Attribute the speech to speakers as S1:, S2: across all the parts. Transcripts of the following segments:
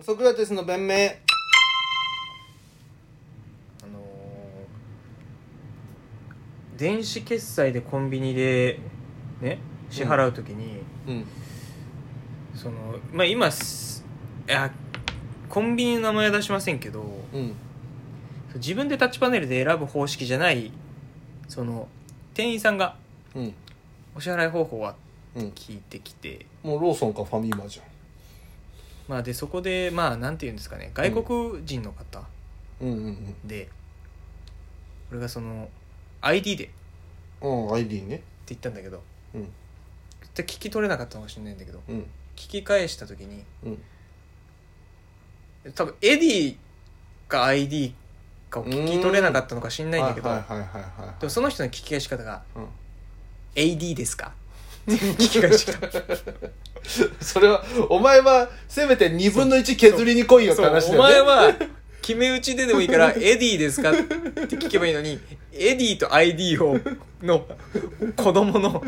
S1: ソクラテスの弁明
S2: あのー電子決済でコンビニでね支払うときに、
S1: うん
S2: そのまあ今すいやコンビニの名前は出しませんけど
S1: うん
S2: 自分でタッチパネルで選ぶ方式じゃないその店員さんが
S1: うん
S2: お支払い方法は
S1: うん
S2: 聞いてきて、
S1: もうローソンかファミマじゃ
S2: まあ、でそこでまあなんて言うんですかね外国人の方
S1: んうんうん
S2: で、俺がその ID でって
S1: うんうん ID ね
S2: 言ったんだけど
S1: うん
S2: 絶対聞き取れなかったのかもしれないんだけど
S1: うん
S2: 聞き返した時に
S1: うん
S2: 多分エディか ID かを聞き取れなかったのか知んないんだけど
S1: はいはいはいはいはい
S2: でもその人の聞き返し方が
S1: うん
S2: 「AD ですか?」って聞き返してきた
S1: それは、お前は、せめて2分の1削りに 来いよって話
S2: そう
S1: だ
S2: お前
S1: よね。
S2: は決め打ちででもいいから「エディですか?」って聞けばいいのにエディと ID をの子供の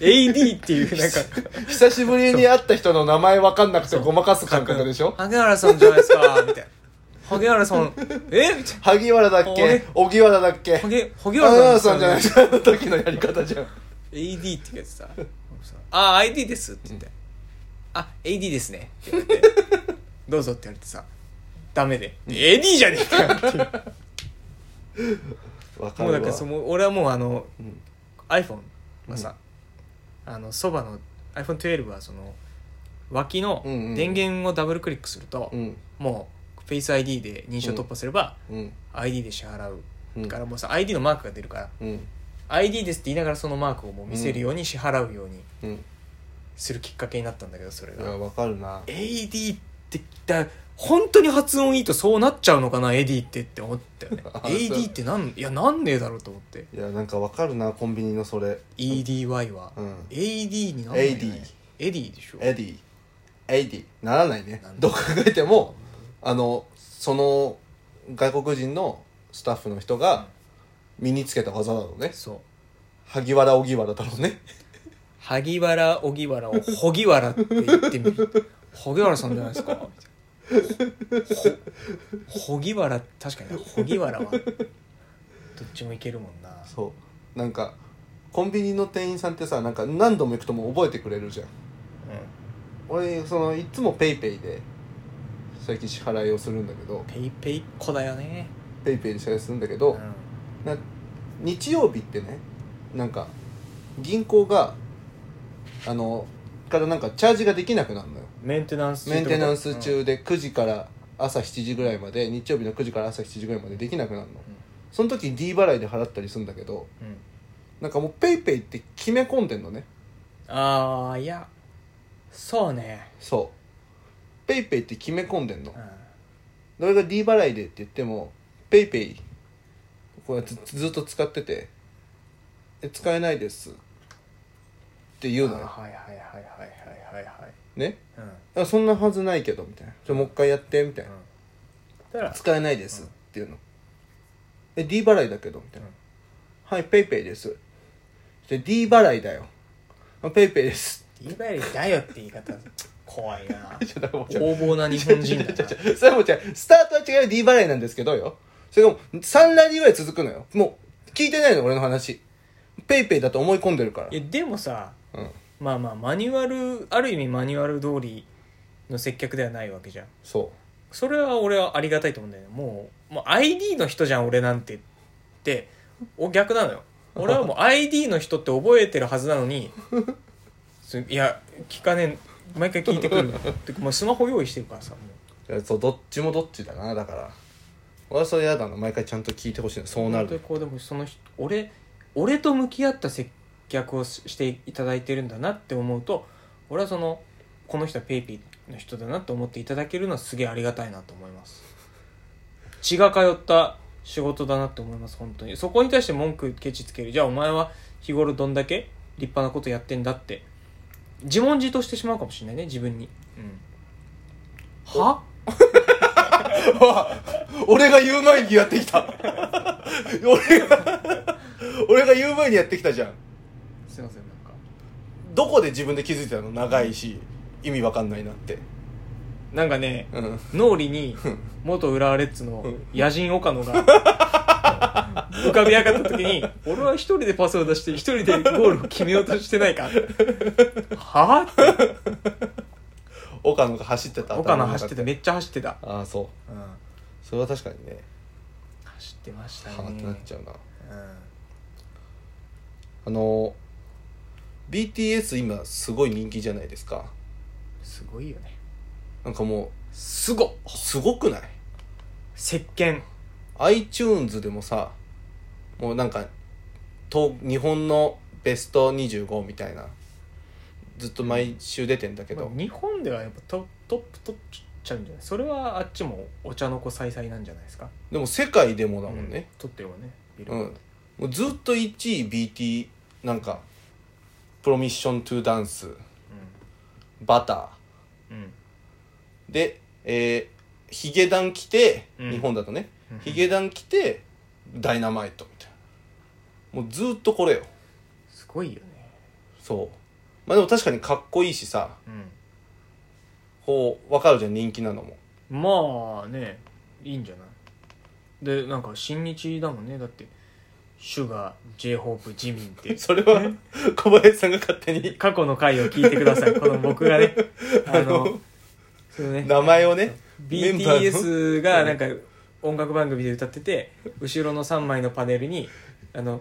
S2: AD っていうなんか
S1: 久しぶりに会った人の名前わかんなくてごまかす感覚でしょ
S2: 萩原さんじゃないですか」みたいな「萩原さんえみたいな
S1: 萩原だっけ
S2: 俺
S1: 荻原だっけ萩
S2: 萩萩
S1: 原さ
S2: 原さ
S1: ん
S2: ん
S1: じ
S2: じ
S1: ゃ
S2: ゃ
S1: な
S2: ない
S1: いで
S2: ですか
S1: すかあの時のやり方じゃん。
S2: AD ってやつさ「あ ID です」って言って「あ AD ですね」って言わ れて「どうぞ」って言われてさダメで「AD じゃね えかよ」っていう
S1: わか
S2: もうだ
S1: る
S2: からそ
S1: わ。
S2: の俺はもうあの
S1: うん
S2: iPhone はさ、あのそばの iPhone12 はその脇の
S1: うんうんうん
S2: 電源をダブルクリックすると、
S1: うん。
S2: もう Face ID で認証突破すれば、
S1: うん。
S2: ID で支払う、
S1: うん
S2: からもうさ ID のマークが出るから
S1: うん。
S2: ID ですって言いながらそのマークをもう見せるように支払うように
S1: うん。
S2: するきっかけになったんだけどそれ
S1: い
S2: が、
S1: や、わかるな。
S2: AD ってだ本当に発音いいとそうなっちゃうのかな AD ってって思ったよね
S1: あそう
S2: AD ってなんいやなんねえだろうと思って
S1: いや、なんかわかるな、コンビニのそれ。
S2: EDY は、
S1: うん。
S2: AD にならないよねエディでしょ
S1: エディ。エディ。ならないね
S2: なん。
S1: ど
S2: だ
S1: う考えても、あの、その、外国人のスタッフの人が身につけた技だろうね。
S2: そう
S1: 萩原荻原だろうね
S2: 萩原荻原を荻原って言ってみる萩原さんじゃないですかみたいなほほ荻原確かに荻原はどっちもいけるもんな
S1: そうなんかコンビニの店員さんってさなんか何度も行くともう覚えてくれるじゃん
S2: う
S1: 俺そのいつもペイペイで最近支払いをするんだけど
S2: んペイペイっ子だよね
S1: ペイペイで支払いするんだけ
S2: う
S1: ど、
S2: ん
S1: な日曜日ってねなんか銀行があのからなんかチャージができなくなるのよ
S2: メンテナンス中
S1: メンテナンス
S2: うん
S1: 中で9時から朝7時ぐらいまで日曜日の9時から朝7時ぐらいまでできなくなるの、その時 D 払いで払ったりするんだけど
S2: うん
S1: なんかもうペイペイって決め込んでんのね
S2: ああいやそうね
S1: そうペイペイって決め込んでんの
S2: うん
S1: 俺が D 払いでって言ってもペイペイこうやってずずっと使っててえ使えないですって言うの
S2: あ
S1: よ
S2: はいはいはいはいはいはいはい
S1: ね
S2: うん
S1: あそんなはずないけどみたいなちょもう一回やってみたいな
S2: うんだから
S1: 使えないですっていうのえ D 払いだけどみたいなはいペイペイですで D 払いだよあペイペイです
S2: いわゆる「だよ」って言い方怖いな
S1: ちょっと待って
S2: 横暴な日本人だ
S1: ちょちょ
S2: な
S1: ちょそれは もう違う。スタートは違う D 払いなんですけどよ。それがもう3ラリーぐらい続くのよ。もう、聞いてないの、俺の話。ペイペイだと思い込んでるから。
S2: いやでもさ
S1: うん。
S2: まあまあマニュアルある意味マニュアル通りの接客ではないわけじゃん
S1: そ
S2: それは俺はありがたいと思うんだよねもうもう ID の人じゃん俺なんてってお逆なのよ俺はもう ID の人って覚えてるはずなのに そいや聞かねえ毎回聞いてくるてかもうスマホ用意してるからさも
S1: う
S2: う
S1: いや。そう、どっちもどっちだな、だから。俺はそれ嫌だな。毎回ちゃんと聞いてほしいの。そうな
S2: 本当に
S1: る。
S2: こうでもその人俺俺と向き合った接客をししていただいてるんだなって思うと俺はそのこの人はペイペイの人だなと思っていただけるのはすげえありがたいなと思います血が通った仕事だなって思います本当にそこに対して文句ケチつけるじゃあお前は日頃どんだけ立派なことやってんだって自問自答してしまうかもしれないね自分に、うん、は
S1: 俺が言う前にやってきた。俺が、俺が言う前にやってきたじゃん。
S2: すいませんなんか
S1: どこで自分で気づいてたの長いし、意味わかんないなって。
S2: なんかね
S1: うん
S2: 脳裏に元浦和レッズの野人岡野が浮かび上がった時に俺は一人でパスを出して一人でゴールを決めようとしてないかはぁって
S1: 岡野が走ってた
S2: 岡野走ってた
S1: た
S2: めっちゃ走ってた、
S1: ああそう
S2: うん、
S1: それは確かにね
S2: 走ってましたね
S1: ハマってなっちゃうな
S2: うん
S1: あの BTS 今すごい人気じゃないですか
S2: すごいよね
S1: なんかも
S2: すごっ
S1: うすごくない
S2: 石鹸
S1: iTunes でもさもうなんかと日本のベスト25みたいなずっと毎週出てんだけど、
S2: まあ日本ではやっぱトトップ取っちゃうんじゃないそれはあっちもお茶の子さいさいなんじゃないですか
S1: でも世界でもだもんね、
S2: う取ってるわねビル
S1: う
S2: ボ
S1: ん
S2: ード
S1: もうずっと1位 BT なんかプロミッショントゥダンスバタ
S2: うんうん
S1: ーでえー、ヒゲダン来て、
S2: うん
S1: 日本だとね
S2: うん
S1: ヒゲダン来てダイナマイトみたいなもうずっとこれよ
S2: すごいよね
S1: そうまあでも確かにかっこいいしさ
S2: う
S1: こう分かるじゃん人気なのも
S2: んまあねいいんじゃないでなんか新日だもんねだってシュガー j ホープジミ ンって
S1: それは小林さんが勝手に
S2: 過去の回を聞いてくださいこの僕 がねあのそのね
S1: 名前をねメンバーの
S2: BTS がなんか音楽番組で歌ってて後ろの3枚のパネルにあの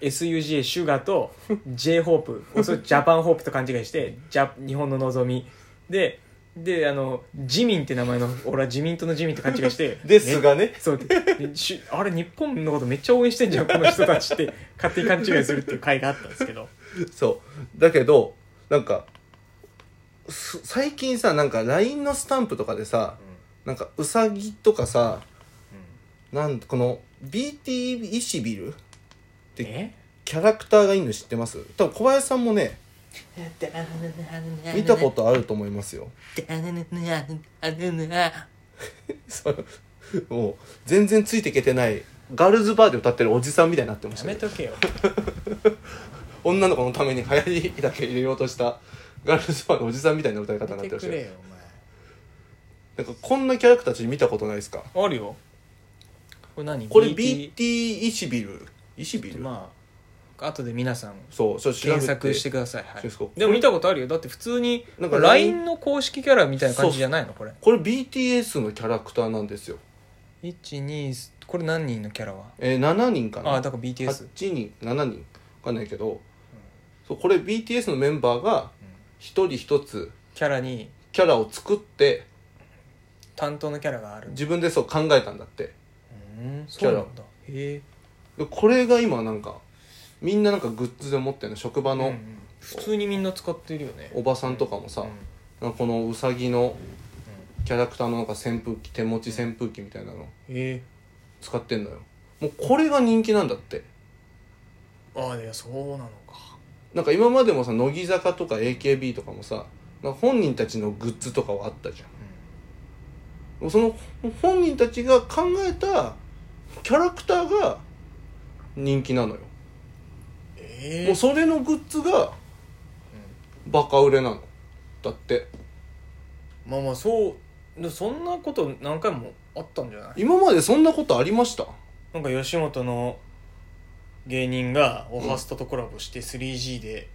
S2: SUGA シュガーと j ホ ープおそらくジャパンホープと勘違いしてジャ日本の望みでであのジミンって名前の俺は自民党の自民と勘違いして
S1: ですがね
S2: そう でしあれ日本のことめっちゃ応援してんじゃんこの人たちって勝手に勘違いするっていう回があったんですけど
S1: そうだけどなんかす最近さなんか LINE のスタンプとかでさなんかウサギとかさなんこの BT イシビルって
S2: え
S1: キャラクターがいるの知ってます多分小林さんも ね見たことあると思います よそうもう全然ついていけてないガールズバーで歌ってるおじさんみたいになってまし
S2: や
S1: たね
S2: めとけよ
S1: 女の子のために流行りだけ入れようとしたガールズバーのおじさんみたいな歌い方にな
S2: や
S1: って
S2: めて
S1: まし
S2: く
S1: た
S2: れ
S1: よ
S2: よ
S1: なんかこんなキャラクターたち見たことないですか
S2: お前あるよこれ何
S1: これ
S2: BT
S1: BT イシビルイシビル、
S2: まあ後で皆さん
S1: そうそう調べて
S2: 検索してください、は
S1: そうですか
S2: い、でも見たことあるよだって普通に
S1: なんか
S2: LINE の公式キャラみたいな感じじゃないのこれ
S1: これ BTS のキャラクターなんですよ
S2: 12これ何人のキャラは
S1: えー、7人かな
S2: ああだから BTS
S1: 8人7人わかんないけど、そうこれ BTS のメンバーが一人一つ
S2: キャラに
S1: キャラを作って
S2: 担当のキャラがある
S1: 自分でそう考えたんだって
S2: うんそうなんだへえ
S1: でこれが今なんかみんななんかグッズで持ってるの職場
S2: うんう
S1: の
S2: ん普通にみんな使ってるよね
S1: おばさんとかもさ、
S2: うん
S1: なんかこのうさぎのキャラクターのなんか扇風機手持ち扇風機みたいなの
S2: へえ
S1: 使ってんのよもうこれが人気なんだって
S2: ああいやそうなのか
S1: なんか今までもさ乃木坂とか AKB とかもさなんか本人たちのグッズとかはあったじゃんその本人たちが考えたキャラクターが人気なのよ、
S2: え
S1: もうそれのグッズがバカ売れなのだって
S2: まあまあそうでそんなこと何回もあったんじゃない
S1: 今までそんなことありました
S2: なんか吉本の芸人がオハストとコラボして 3G で、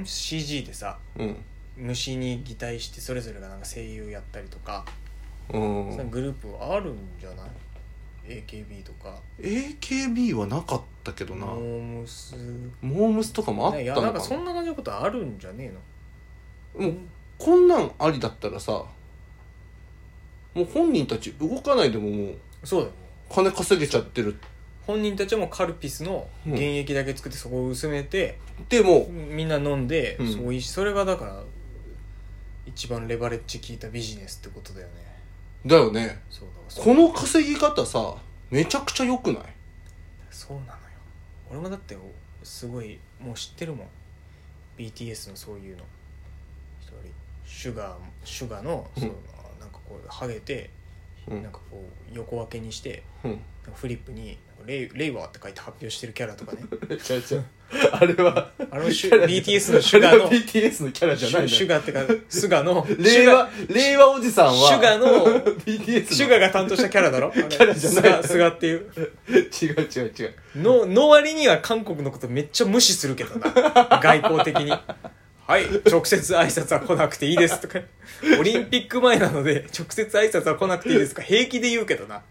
S2: ん ?CG でさ
S1: うん
S2: 虫に擬態してそれぞれがなんか声優やったりとか、
S1: うん
S2: そのグループあるんじゃない ?AKB とか
S1: AKB はなかったけどな、
S2: モームス
S1: モームスとかもあった
S2: ねい
S1: の
S2: や
S1: かな
S2: なんかそんな感じのことあるんじゃねえの
S1: もうこんなんありだったらさもう本人たち動かないでももう
S2: そうだよね
S1: 金稼げちゃってる
S2: 本人たちはもうカルピスの原液だけ作ってそこを薄めて、
S1: でも
S2: みんな飲んで、
S1: うん
S2: そういそれがだから一番レバレッジ効いたビジネスってことだよね
S1: うだよね
S2: そうだそう
S1: この稼ぎ方さめちゃくちゃ良くない
S2: そうなのよ俺もだってすごいもう知ってるもん BTS のそういうの一人シュガーシュガーの
S1: うん
S2: そうなんかこうハゲて、
S1: うん
S2: なんかこう横分けにして
S1: うん
S2: フリップにレイレイワーって書いて発表してるキャラと かね
S1: 違う違うあれは
S2: あれもシ
S1: キャラ
S2: ュ BTS のシュ ガー
S1: あ
S2: の
S1: れは BTS のキャラじゃ
S2: シ
S1: ない
S2: ュ
S1: の
S2: シュ
S1: よ
S2: ガーってかスガの
S1: 令和令和おじさんは
S2: シュガの
S1: BTS の
S2: シュガーが担当したキャラ だろキャ
S1: ラじゃない
S2: スガっていう
S1: 違う違う違う
S2: のの割には韓国のことめっちゃ無視するけどな外交的にはい直接挨拶は来なくていいですとかオリンピック前なので直接挨拶は来なくていいですとか平気で言うけどな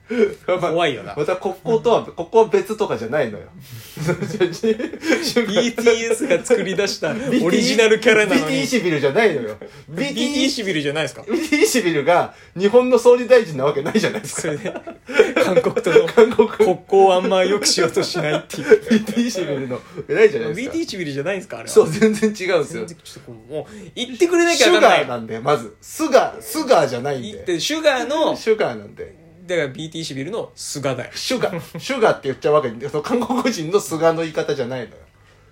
S2: 怖いよな
S1: またこことはここは別とかじゃないのよ
S2: BTS が作り 出したオリジナルキャラなの
S1: BT
S2: に
S1: シビルじゃないのよ
S2: BT
S1: BT
S2: シビルじゃないですか
S1: BT シビルが日本の総理大臣なわけないじゃないですか
S2: それで韓国との
S1: 韓国
S2: 国交をあんま良くしようとしないっていう
S1: BT シビルの偉いじゃないですか
S2: BT シビルじゃないんですかあれは
S1: そう全然違うんです
S2: 全
S1: よ
S2: 然ちょっとこうもう言ってくれなきゃ
S1: シ
S2: 分
S1: ュ
S2: かんな
S1: ガ
S2: い
S1: ーなんでまずスガースガーじゃないん
S2: い
S1: で
S2: でシュガー の
S1: シュガーなんで
S2: だから BT シビルの菅だよ
S1: シュガーシュガーって言っちゃうわけその韓国人のスガの言い方じゃないのよ
S2: だか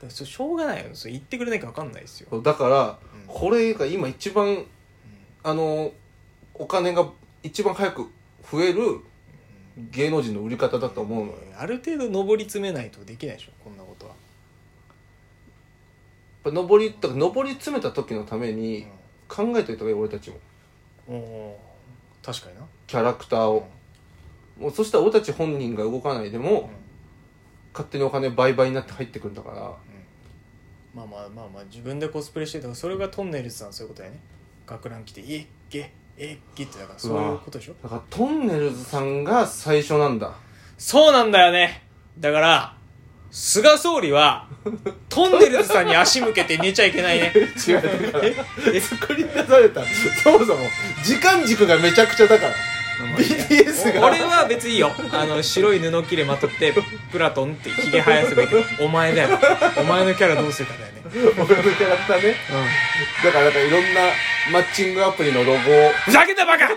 S2: らそれしょうがないよそれ言ってくれないか分かんないですよ
S1: そうだから、
S2: うん
S1: これが今一番あのお金が一番早く増える芸能人の売り方だと思うのよやっ
S2: ある程度上り詰めないとできないでしょこんなことは、
S1: ぱ上りだから上り詰めた時のために考えといた方がいい俺たちも
S2: うん、おー確かにな
S1: キャラクターを、もうそしたら俺たち本人が動かないで
S2: うん
S1: も、勝手にお金倍々になって入ってくるんだから
S2: まあまあまあまあ自分でコスプレしてたからそれがトンネルズさんそういうことやね学ラン着て「えっげえっげ」ってだからそういうことでしょ
S1: だからトンネルズさんが最初なんだ
S2: そうなんだよねだから菅総 理はトンネルズさんに足向けて寝ちゃいけないね
S1: 違うだから 作り出されたそもそも時間軸がめちゃくちゃだから BTS が
S2: 俺は別にいいよあの白い布切れまとってプラトンってひげ生やせばいいけどお前だよお前のキャラどうするかだよね
S1: 俺のキャラクターねだからなんかいろんなマッチングアプリのロゴを
S2: ふざけたバカ